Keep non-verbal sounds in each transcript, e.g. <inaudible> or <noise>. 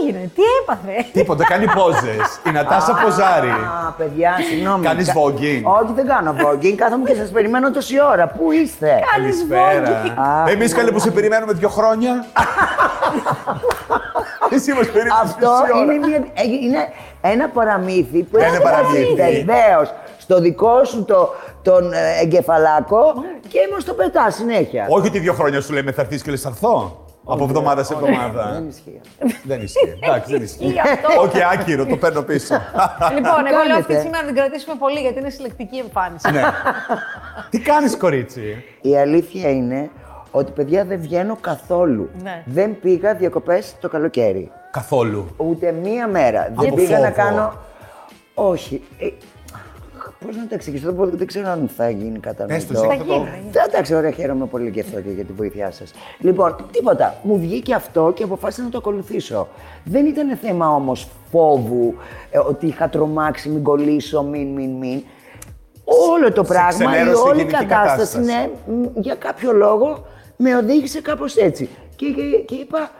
έγινε, τι έπαθε. Τίποτα, κάνει πόζε. Η Νατάσα ποζάρει. Α, παιδιά, συγγνώμη. Κάνεις Κα- voguing? Όχι, δεν κάνω voguing. Κάθομαι και σας περιμένω τόση ώρα. Πού είστε. Κάνεις βόγγι. Α, Εμείς καλέ που σε περιμένουμε δύο χρόνια. Εσύ μας περιμένεις Αυτό είναι, μια, ε, είναι ένα παραμύθι που Δεν έχει είναι παραμύθι. Βεβαίως. Στο δικό σου το, τον ε, εγκεφαλάκο και μας το πετάς συνέχεια. Όχι ότι δύο χρόνια σου λέμε θα έρθεις και λες θα έρθω. Από εβδομάδα σε Δεν εβδομάδα. ισχύει. Δεν ισχύει. Εντάξει, δεν ισχύει. Ισχύει αυτό. Όχι, άκυρο, το παίρνω πίσω. Λοιπόν, εγώ λέω αυτή κάνετε. τη σήμερα να την κρατήσουμε πολύ γιατί είναι συλλεκτική εμφάνιση. Ναι. Τι κάνεις, κορίτσι. Η αλήθεια είναι ότι παιδιά δεν βγαίνω καθόλου. Ναι. Δεν πήγα διακοπές το καλοκαίρι. Καθόλου. Ούτε μία μέρα. δεν Από πήγα να φόβο. κάνω. Όχι. Ε, Πώς να τα εξηγήσω, δεν, μπορώ- δεν ξέρω αν θα γίνει κατανοητό. Πες το, εσύ Θα γίνει. Δεν Ε, Εντάξει, ωραία, χαίρομαι πολύ γι' αυτό και για την βοήθειά σας. Λοιπόν, τίποτα. Μου βγήκε αυτό και αποφάσισα να το ακολουθήσω. Δεν ήταν θέμα όμως φόβου, ε, ότι είχα τρομάξει, μην κολλήσω, μην, μην, μην. Όλο το πράγμα, η ξενέρωσε η όλη γενική κατάσταση, κατάσταση. ναι, μ, για κάποιο λόγο με οδήγησε κάπως έτσι. Και, και, και είπα.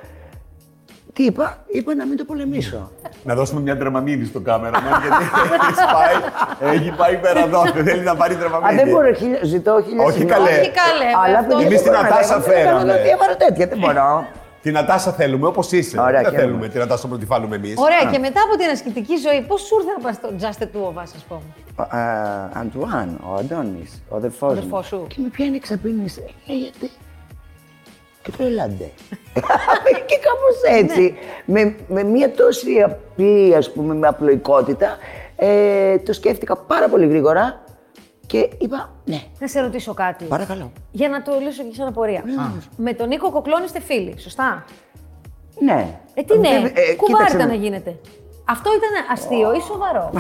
Τι είπα, είπα να μην το πολεμήσω. Να δώσουμε μια δραμαμίδη στον κάμερα γιατί <laughs> έχει πάει, έχει πάει πέρα εδώ. Δεν θέλει να πάρει Α, δεν δραμαμίδη. μπορώ, χίλια- ζητώ χίλια Ε, Όχι, συγγνώμη. καλέ. Όχι καλέ. με Αλλά αυτό. παιδιά, Εμείς την δεν μπορώ να Ατάσα κάνω- δεν φέραμε. κάνω- έβαλα τέτοια, δεν μπορώ. Την Ατάσα θέλουμε όπως είσαι. δεν Ωραία, χαίρομαι. θέλουμε την Ατάσα να τη βάλουμε εμείς. Ωραία, και μετά από την ασκητική ζωή, πώς σου ήρθε να πας στο Just the Two of Us, ας πούμε. Ε, Αντουάν, ο Αντώνης, ο αδερφό μου. Αδερφός σου. Και με πιάνει ξαπίνηση. Ε, γιατί. Και του <laughs> ελάτε. και κάπως έτσι. Ναι. Με, με μια τόση απλή, ας πούμε, με απλοϊκότητα, ε, το σκέφτηκα πάρα πολύ γρήγορα και είπα ναι. Να σε ρωτήσω κάτι. Παρακαλώ. Για να το λύσω και σαν απορία. Με τον Νίκο Κοκλώνη είστε φίλοι, σωστά. Ναι. Ε, τι ναι, Ε, κουβάρι ε, κοίταξε ήταν με. να γίνεται. Αυτό ήταν αστείο ή σοβαρό.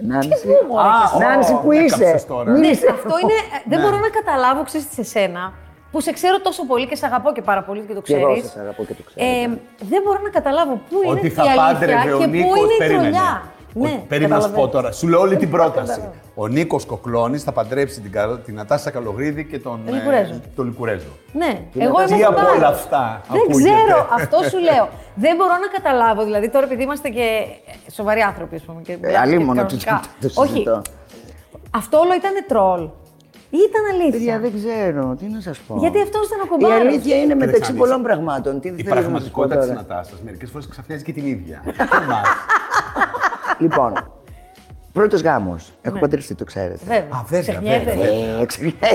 Νάνση, πού, μωρέ, Α, ω, Νάνση, που με είσαι. κάψες τώρα. Μην ναι, είσαι- αυτό είναι. Ναι. Δεν μπορώ να καταλάβω, ξέρεις σε σένα, που σε ξέρω τόσο πολύ και σε αγαπώ και πάρα πολύ και το Και ξέρει. εγώ σας αγαπώ και το ξέρω, ναι. δεν μπορώ να καταλάβω πού είναι Ότι η θα αλήθεια πάντρευε ο και πού Νίκος. είναι η Περίμενε. τρολιά. Ναι, Ο- περίμενα να σου πω καταλαβαίνω. τώρα. Σου λέω όλη την πρόταση. Ο Νίκος Κοκλώνης θα παντρέψει την, Κα- την Ατάσα Καλογρίδη και τον ε, Λικουρέζο. τον Λικουρέζο. Ναι, εγώ Τι είμαι από κοντάρι. όλα αυτά Δεν ακούγεται. ξέρω, αυτό σου λέω. δεν μπορώ να καταλάβω. Δηλαδή τώρα επειδή είμαστε και σοβαροί άνθρωποι, ας πούμε. Και Ε, μιλάμε Αλλήμον, και το κανονικά. το Όχι, συζητώ. αυτό όλο ήταν τρολ. Ή ήταν αλήθεια. Παιδιά, δεν ξέρω, τι να σας πω. Γιατί αυτός ήταν ο Η κομπάρος. αλήθεια είναι μεταξύ Αλήθεια. πολλών πραγμάτων. Τι Η θέλω να σας πω πραγματικότητα της τώρα. Νατάσα μερικές φορές ξαφνιάζει και την <laughs> ίδια. Και εμάς. Λοιπόν, πρώτος γάμος. Έχω παντρευτεί, το ξέρετε. Ναι. Βέβαια. Α, βέβαια, Ξεχνιέται. βέβαια. Ε, ξέρετε.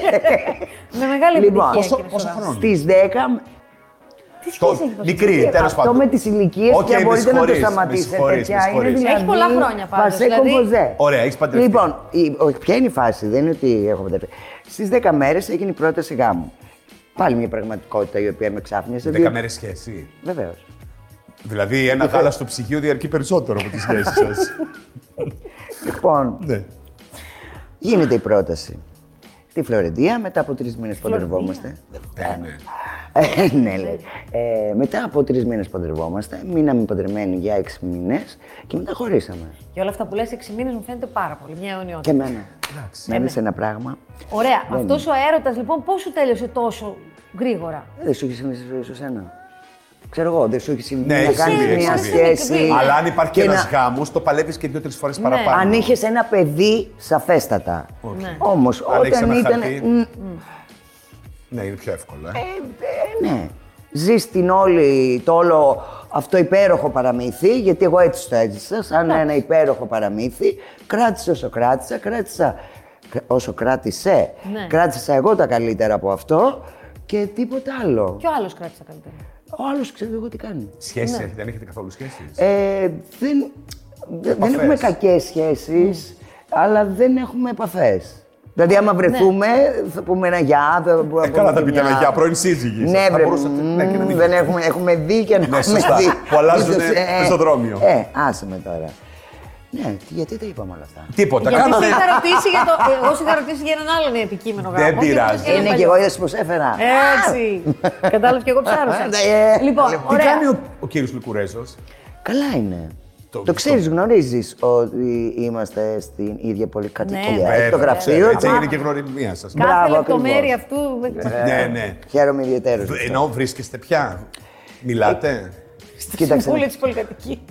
Με μεγάλη Λοιπόν, επιτυχία. πόσο- κύριε πόσο Σωρά. χρόνο? Στι 10. Τι σχέση Το έχει αυτό. μικρή, τέλο πάντων. Αυτό με τις ηλικίες Οκ, πια με μπορείτε να το συγχωρείς, με σταματήσετε. συγχωρείς, με Πια είναι συγχωρείς. δηλαδή. Έχει πολλά χρόνια πάντως, Βασέ δηλαδή- κομποζέ. Ωραία, έχεις παντρευτεί. Λοιπόν, η- όχι, ποια είναι η φάση, δεν είναι ότι έχω παντρευτεί. Στις 10 μέρες έγινε η πρόταση γάμου. Πάλι μια πραγματικότητα η οποία με ξάφνιασε. Δέκα μέρε σχέση. Βεβαίως. Δηλαδή, ένα γάλα στο ψυγείο διαρκεί περισσότερο από τη σχέση <laughs> σας. Λοιπόν, ναι. Γίνεται η πρόταση. Στη Φλωρεντία, μετά από τρεις μήνες παντρευόμαστε. Ε, ναι. Ε, ναι, λέει. Ε, μετά από τρεις μήνες παντρευόμαστε, μείναμε παντρεμένοι για έξι μήνες και μετά χωρίσαμε. Και όλα αυτά που λες 6 μήνες μου φαίνεται πάρα πολύ. Μια Και αιωνιότητα. εμένα. Με έδεσε ένα πράγμα. Ωραία. Αυτός ο αέρωτας λοιπόν πώς σου τέλειωσε τόσο γρήγορα. Ε, Δεν σου έχεις συμβεί στη ζωή σου σένα. Ξέρω εγώ, δεν σου έχει συμβεί Ναι, να έχει κάνεις συμβεί, μια έχει συμβεί. σχέση. Ναι. Αλλά αν υπάρχει και ένας να- γάμος, το παλεύεις και δύο-τρει φορές Ναι. παραπάνω. Αν είχες ένα παιδί, σαφέστατα. Ναι. Όμως, Αν έχεις όταν ένα ήταν. χαρτί. Μ, Ναι, είναι πιο εύκολο. Ε. Ε, ναι. Ζεις την όλη, το όλο αυτό υπέροχο παραμύθι, γιατί εγώ έτσι το έζησα, σαν ένα υπέροχο παραμύθι. Κράτησε όσο κράτησα, κράτησα όσο κράτησε. Ναι. Κράτησα εγώ τα καλύτερα από αυτό και τίποτα άλλο. Ποιο άλλος κράτησε καλύτερα. Ο άλλος ξέρω εγώ τι κάνει. Σχέση έχετε, δεν έχετε καθόλου σχέσεις. Ε, δεν, δε- δεν Επαφές. έχουμε κακές σχέσεις, αλλά δεν έχουμε επαφές. Δηλαδή, άμα βρεθούμε, θα πούμε ένα γεια. Θα, πούμε Ε, καλά, θα και πείτε μια- ένα γεια, πρώην σύζυγοι. ναι, Θα βρε, μπορούσατε- ναι, και να μην μ, δεν έχουμε, έχουμε δει και να Ναι, έχουμε σωστά. δει. Που αλλάζουνε Ίσως, πεζοδρόμιο. Ε, άσε με τώρα. Ναι, τι- γιατί τα ναι. είπαμε όλα αυτά. Τίποτα. Γιατί σου Κάναμε. είχα ρωτήσει για το... ε, Εγώ σου είχα ρωτήσει για έναν άλλον επικείμενο γάμο. Δεν όχι για πειράζει. το Ένα Είναι παλιό. και εγώ είδες πως έφερα. Ε. Έτσι. Κατάλαβε και εγώ ψάρωσα. Ε, λοιπόν, λοιπόν. Τι ωραία. κάνει ο, ο κύριος Λικουρέζο. Καλά είναι. Το- Το, το- ξέρεις, γνωρίζεις ότι είμαστε στην ίδια Ναι, πολυκατοικία. Έχει το Ε, γραφείο. Έτσι του. έγινε και η γνωριμία σας. Κάθε Μπράβο, λεπτομέρεια ακριβώς. Ε, αυτού. με- Ναι, ναι. Χαίρομαι ιδιαίτερως. γι' αυτό. Ενώ βρίσκεστε πια. Μιλάτε. Στη Κοίταξε ναι. συμβούλια να- τη πολυκατοική.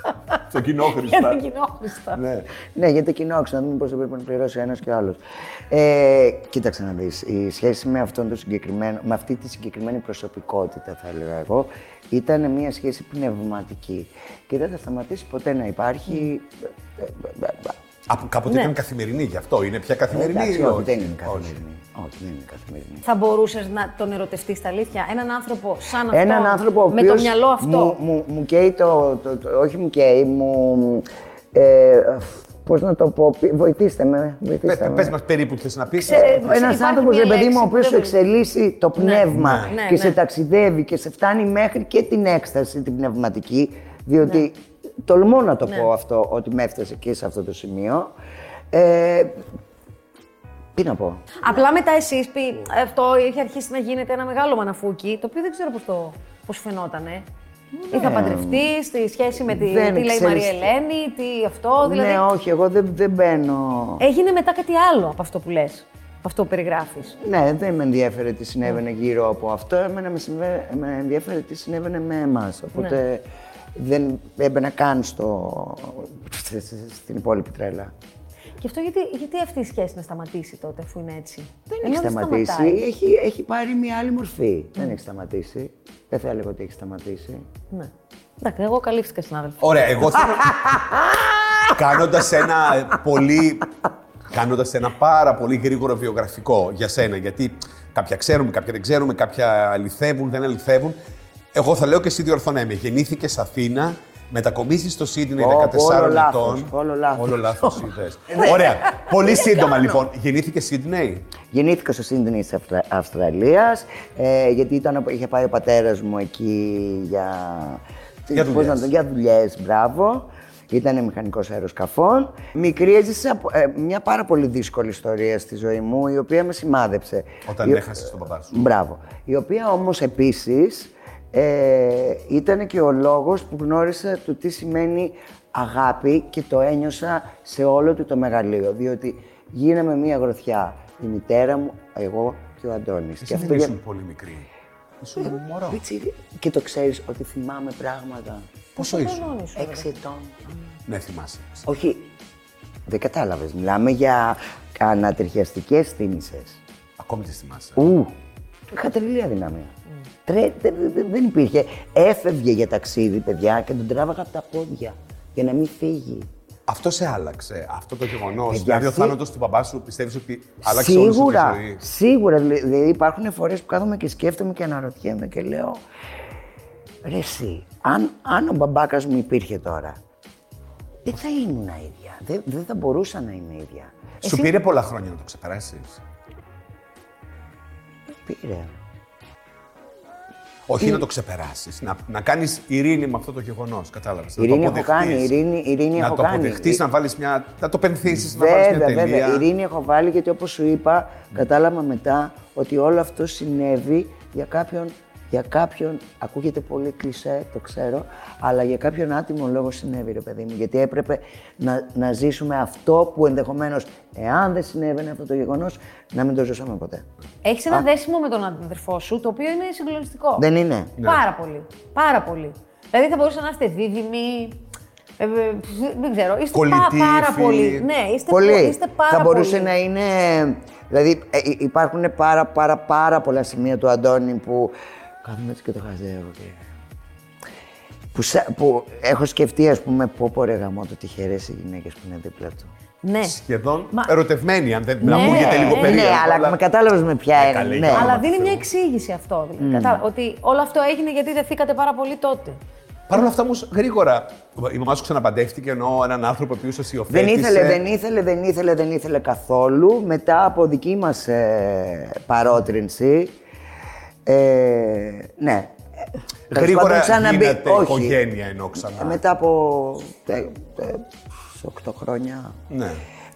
Στο Για τα κοινόχρηστα. κοινόχρηστα. ναι. Ναι, για τα κοινόξυνα, να δούμε πόσο πρέπει να πληρώσει ένας και ο άλλος. Ε, κοίταξε να δεις. Η σχέση με, αυτόν τον συγκεκριμένο, με αυτή τη συγκεκριμένη προσωπικότητα, θα έλεγα εγώ, ήταν μια σχέση πνευματική. Και δεν θα σταματήσει ποτέ να υπάρχει. Ε, ε, ε, Από κάποτε ήταν καθημερινή γι' αυτό. Είναι πια καθημερινή. εντάξει, ή όχι, όχι? δεν είναι Όχι. καθημερινή. Όχι, δεν είναι καθημερινή. Θα μπορούσες να τον ερωτευτείς στα αλήθεια. Έναν άνθρωπο σαν αυτό. Έναν άνθρωπο ο Με οποίος το μυαλό Μου, αυτό. μου, μου καίει το, το, το- Όχι μου καίει, μου. Ε, Πώς να το πω, πι- βοηθήστε με. Βοηθήστε Πε με. πες μας περίπου τι θες να πεις. Ξέρεις, Ένας υπάρχει άνθρωπος, μια Ε, ρε παιδί μου, ο λέξη που οποίο δεν σου μπορεί. εξελίσσει το πνεύμα ναι, και ναι. σε ταξιδεύει και σε φτάνει μέχρι και την έκσταση, την πνευματική. Διότι Ναι. τολμώ να το πω αυτό, ότι με έφτασε και σε αυτό το σημείο. Ε, τι να πω. Απλά μετά εσεί πει ε, αυτό είχε αρχίσει να γίνεται ένα μεγάλο μαναφούκι, το οποίο δεν ξέρω πώς το πώς σου φαινότανε. Ή θα παντρευτεί, στη σχέση με τη, τι Ε, Δεν λέει η ξέρεις Μαρία τι. Ελένη, τι αυτό. Δηλαδή, Ναι, όχι, εγώ δεν, δεν μπαίνω. Έγινε μετά κάτι άλλο από αυτό που λες, από αυτό που περιγράφεις. Ναι, δεν με ενδιαφέρε τι Ναι. συνέβαινε γύρω από αυτό. Εμένα με, συμβε... με ενδιαφέρε τι συνέβαινε με εμάς. Οπότε Ναι. δεν έμπαινα καν στο... στην υπόλοιπη τρέλα. Και αυτό γιατί, γιατί αυτή η σχέση να σταματήσει τότε, αφού είναι έτσι. Δεν Ενώ έχει σταματήσει. σταματάει. Έχει, έχει πάρει μια άλλη μορφή. Δεν έχει σταματήσει. Δεν θα έλεγα ότι έχει σταματήσει. Ναι. Εντάξει, εγώ καλύφθηκα συνάδελφο. Ωραία, εγώ θέλω. Κάνοντας ένα πολύ. Κάνοντας ένα πάρα πολύ γρήγορο βιογραφικό για σένα, γιατί κάποια ξέρουμε, κάποια δεν ξέρουμε, κάποια αληθεύουν, δεν αληθεύουν. Εγώ θα λέω και εσύ διορθώνε με. Γεννήθηκες Αθήνα, μετακομίσεις στο Σίδνεϊ Ω, 14 όλο λάθος, ετών. όλο λάθος. Ναι. Όλο λάθος είδες. <laughs> Ωραία. πολύ σύντομα λοιπόν. Γεννήθηκε Σίδνεϊ. Γεννήθηκα στο Σίδνεϊ της Αυστρα... Αυστραλίας, ε, γιατί ήταν, είχε πάει ο πατέρας μου εκεί για... Για πώς δουλειές. να το- για δουλειές, μπράβο. Ήταν μηχανικός αεροσκαφών. Μικρή έζησα ε, μια πάρα πολύ δύσκολη ιστορία στη ζωή μου, η οποία με σημάδεψε. Όταν Η- έχασες τον παπά σου. Μπράβο. Η οποία όμως επίσης ε, ήταν και ο λόγος που γνώρισα το τι σημαίνει αγάπη και το ένιωσα σε όλο του το μεγαλείο. Διότι γίναμε μία γροθιά. Η μητέρα μου, εγώ και ο Αντώνης. Εσύ δεν για- Ε, ήσουν πολύ μικρή. Ήσουν μωρό. Πίτσι, και το ξέρεις ότι θυμάμαι πράγματα. Πόσο ήσουν. Έξι ετών. Ναι, θυμάσαι. Όχι, δεν κατάλαβες. Μιλάμε για ανατριχιαστικές θύμησες. Ακόμη τις θυμάσαι. Ου, είχα τρελή αδυναμία. Τρε- δε- δε- δε- δεν υπήρχε. Έφευγε για ταξίδι, παιδιά, και τον τράβαγα από τα πόδια για να μην φύγει. Αυτό σε άλλαξε, αυτό το γεγονός. Παιδιά, Δηλαδή, ο σί- θάνατος του μπαμπά σου πιστεύεις ότι άλλαξε όλη σου τη σίγουρα, ζωή. σίγουρα. δηλα- Δηλαδή υπάρχουν φορές που κάθομαι και σκέφτομαι και αναρωτιέμαι και λέω. Ρε εσύ, αν, αν ο μπαμπάκας μου υπήρχε τώρα, δεν θα ήμουν ίδια. Δεν, δεν θα μπορούσα να είμαι ίδια. Σου πήρε πολλά χρόνια να το ξεπεράσεις. Πήρε. Όχι να το ξεπεράσεις, να, να κάνεις ειρήνη με αυτό το γεγονός. Κατάλαβες. Ειρήνη έχω κάνει, ειρήνη- ειρήνη να έχω το κάνει. αποδεχτείς, να, βάλεις μια, να το πενθήσεις, να βάλεις μια Βέβαια, τελεία. βέβαια. Ειρήνη έχω βάλει γιατί όπως σου είπα, κατάλαβα μετά ότι όλο αυτό συνέβη για κάποιον, για κάποιον, ακούγεται πολύ κλισέ, το ξέρω, αλλά για κάποιον άτιμο λόγο συνέβη, ρε παιδί μου. Γιατί έπρεπε να, να ζήσουμε αυτό που ενδεχομένως, εάν δεν συνέβαινε αυτό το γεγονός, να μην το ζούσαμε ποτέ. Έχεις ένα δέσιμο με τον αδερφό σου, το οποίο είναι συγκλονιστικό. Δεν είναι. Πάρα πολύ. Πάρα πολύ. Δηλαδή θα μπορούσατε να είστε δίδυμοι. ε, ε, δεν ξέρω. Είστε πα- Κολλητοί, πάρα φίλοι. πολύ. Ναι, είστε, Πολύ. πο- είστε πάρα θα μπορούσε πολύ. να είναι. Δηλαδή ε, υ- υπάρχουν πάρα πάρα πάρα πολλά σημεία του Αντώνη που. Κάθομαι έτσι και το χαζεύω. Και... Που, σα- που έχω σκεφτεί, ας πούμε, πω πω ρε γαμώ το τυχερές οι γυναίκες που είναι δίπλα του. Ναι. Σχεδόν Μα- ερωτευμένη, αν δεν ναι, Ναι, ακούγεται λίγο ναι, περίεργο. ναι, αλλά με κατάλαβες με ποια Ε, είναι. καλέ, ναι. γαμώ. Αλλά Όνομα δίνει Θεού. μια εξήγηση αυτό. Δηλαδή, Mm. κατάλαβα, ότι όλο αυτό έγινε γιατί δεθήκατε πάρα πολύ τότε. Παρ' όλα αυτά όμως γρήγορα. Η μαμά σου ξαναπαντεύτηκε ενώ έναν άνθρωπο που Δεν ουσιοθέτησε. ήθελε, δεν ήθελε, δεν ήθελε, δεν ήθελε καθόλου. Μετά από δική μας ε, παρότρινση, ε, ναι. Γρήγορα Τέλος πάντων, ξαναμπή- γίνεται όχι. οικογένεια ενώ ξανά. Ε, Μετά από 8 χρόνια. Ναι.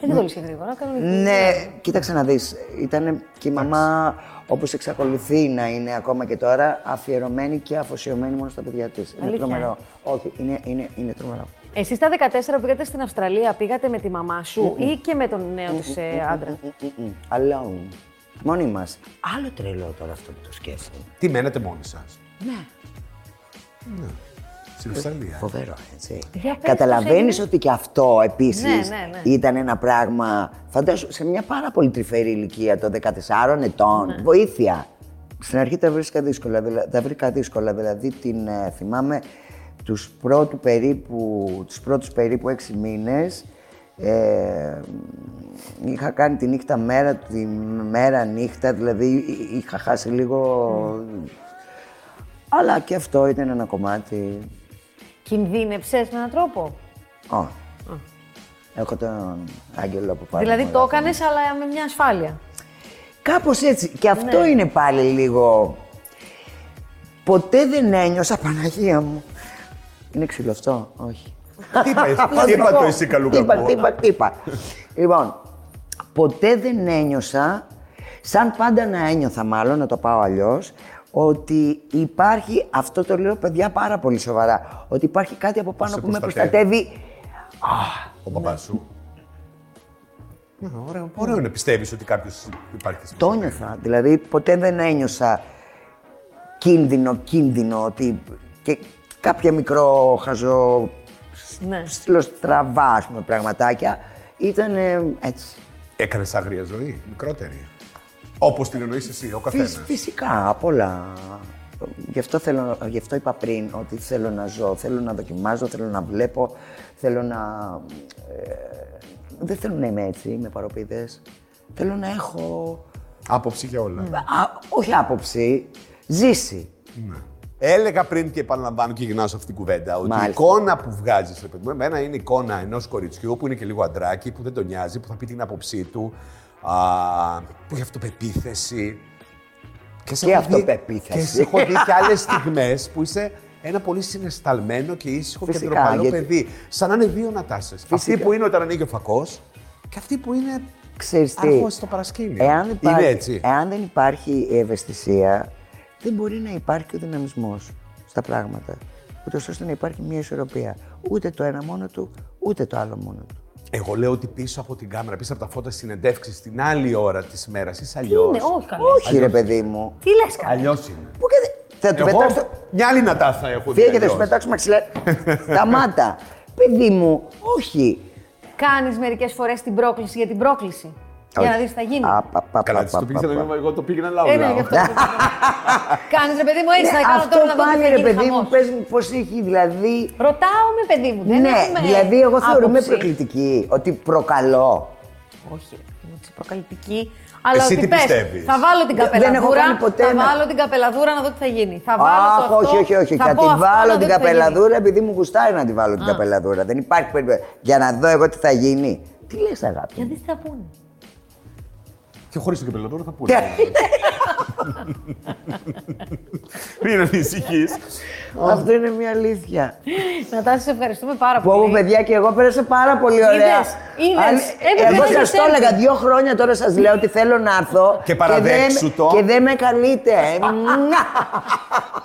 Ε, Δεν κολλήσε γρήγορα. κανονικά. Ναι, κοίταξε να δεις. Ήταν και η μαμά, όπως εξακολουθεί να είναι ακόμα και τώρα, αφιερωμένη και αφοσιωμένη μόνο στα παιδιά της. Είναι Αλήθεια. τρομερό. Όχι, είναι, είναι, είναι τρομερό. Εσείς τα 14 που πήγατε στην Αυστραλία, πήγατε με τη μαμά σου ή και με τον νέο της ε, άντρα. Mm-mm, Alone. Μόνοι μας. Άλλο τρελό τώρα αυτό που το σκέφτομαι. Τι μένετε μόνοι σας. Ναι. Στην Αυστραλία. Φοβερό, έτσι. Για πες, πώς Καταλαβαίνει έγινε. ότι και αυτό επίσης Ναι, ναι, ναι. ήταν ένα πράγμα. Φαντάζομαι σε μια πάρα πολύ τρυφερή ηλικία των 14 ετών. Ναι. Βοήθεια. Στην αρχή τα βρίσκα δύσκολα. δηλα- Τα βρήκα δύσκολα. Δηλαδή την ε, θυμάμαι τους πρώτου περίπου, τους πρώτους περίπου έξι μήνες ε, είχα κάνει τη νύχτα μέρα, τη μέρα νύχτα, δηλαδή εί- είχα χάσει λίγο... Ναι. Αλλά και αυτό ήταν ένα κομμάτι. Κινδύνεψες με έναν τρόπο. Ω. Έχω τον Άγγελο από πάνω. δηλαδή μου, το αγάπη. έκανε, αλλά με μια ασφάλεια. Κάπως έτσι. Και αυτό Ναι. είναι πάλι λίγο... Ποτέ δεν ένιωσα, Παναγία μου. Είναι ξύλο αυτό, όχι. Τι είπα, λοιπόν, τι είπα το εσύ καλούκα Τύπα, μου. τύπα, τύπα. λοιπόν, ποτέ δεν ένιωσα, σαν πάντα να ένιωθα μάλλον, να το πάω αλλιώς, ότι υπάρχει, αυτό το λέω παιδιά πάρα πολύ σοβαρά, ότι υπάρχει κάτι από πάνω Σε που με προστατεύει. προστατεύει. Ο παπά σου. Ναι, Ωραίο, ωραίο είναι, πιστεύεις ότι κάποιος υπάρχει. στην Το Αυστραλία. ένιωθα. Δηλαδή, ποτέ δεν ένιωσα κίνδυνο, κίνδυνο, ότι και κάποια μικρό χαζό Ναι. στραβά, ας πούμε, πραγματάκια. Ήταν ε, έτσι. Έκανες άγρια ζωή, μικρότερη. Όπως την εννοείς εσύ, ο καθένα. Φυσ- φυσικά, απ' όλα. Γι αυτό, θέλω, γι' αυτό είπα πριν ότι θέλω να ζω, θέλω να δοκιμάζω, θέλω να βλέπω, θέλω να... ε, δεν θέλω να είμαι έτσι, με παροπίδες. Θέλω να έχω... Άποψη για όλα. α, όχι άποψη, ζήσει. Έλεγα πριν και επαναλαμβάνω και γυρνάω σε αυτή την κουβέντα ότι η Μάλιστα. εικόνα που βγάζεις, ρε παιδί μου, εμένα είναι η εικόνα ενός κοριτσιού που είναι και λίγο αντράκι, που δεν τον νοιάζει, που θα πει την άποψή του, α, που έχει αυτοπεποίθηση. σε Και έχω δει- αυτοπεποίθηση. Και σε έχω δει και άλλες στιγμές που είσαι ένα πολύ συναισθαλμένο και ήσυχο και Φυσικά, ντροπαλό γιατί- παιδί. Σαν να είναι δύο νατάσε. Αυτή Φυσικά. που είναι όταν ανοίγει ο φακός και αυτή που είναι Ξέρεις τι, αργό στο παρασκήνιο. εάν δεν, υπάρχει, Είναι έτσι. εάν δεν υπάρχει η ευαισθησία, δεν μπορεί να υπάρχει και ο δυναμισμός στα πράγματα. Ούτε ώστε να υπάρχει μια ισορροπία. Ούτε το ένα μόνο του, ούτε το άλλο μόνο του. Εγώ λέω ότι πίσω από την κάμερα, πίσω από τα φώτα συνεντεύξεις, την άλλη ώρα της μέρας είσαι αλλιώ. Είναι, Ναι, όχι καλά. Όχι, ρε παιδί μου. Τι λες καλά. Αλλιώς είναι. Πού και δε- Θα του Εγώ πετάξω. μια άλλη να τα θα έχω δει. Φύγε και θα σου αλλιώς. <laughs> πετάξω μαξιλάρι. Σταμάτα. Παιδί μου, όχι. Κάνεις μερικές φορές την πρόκληση για την πρόκληση. Για να δεις τι θα γίνει. Α, πα, πα, Καλά, πα, της πα, το πήγε πα, να πα. εγώ το πήγαινα Ε, λαό. ναι, γι' αυτό. Κάνεις ρε παιδί μου έτσι, θα Ναι, κάνω Αυτό τώρα να δω τι πάλι θα ρε γίνει παιδί μου, χαμός. πες μου πώς έχει δηλαδή Ρωτάω με παιδί μου, δεν ναι, έχουμε δηλαδή εγώ θεωρούμε άποψη. προκλητική, ότι προκαλώ. Όχι, ρε παιδί μου, έτσι, προκαλυπτική. Αλλά Εσύ ότι τι πες, πιστεύεις? Θα βάλω την Δεν- δεν έχω καπελαδούρα. κάνει ποτέ θα ένα- βάλω την καπελαδούρα να δω τι θα γίνει. Θα βάλω Αχ, το αυτό, όχι, όχι, όχι. θα Θα πω τη αυτό, να βάλω δω την τι θα γίνει. καπελαδούρα επειδή μου γουστάρει να τη βάλω την καπελαδούρα. Δεν υπάρχει περίπτωση. Για να δω εγώ τι θα γίνει. Τι λες αγάπη. Για μου? δεις τι θα πούνε. Και χωρίς τον καπελωτόρο θα πούνε. Ε, Μην ανησυχείς. <laughs> Αυτό είναι μια αλήθεια. Νατάση, σε ευχαριστούμε πάρα Πω πω, πολύ. παιδιά και εγώ πέρασα πάρα πολύ ωραία. Είδες, είδες. Ε, Αν- Έπρεπε εγώ να σας είσαι το έλεγα selfie. δύο χρόνια τώρα σας λέω ότι θέλω να έρθω. Και παραδέξου δεν- ε. το. <laughs> Και δεν με καλείτε. Μουα.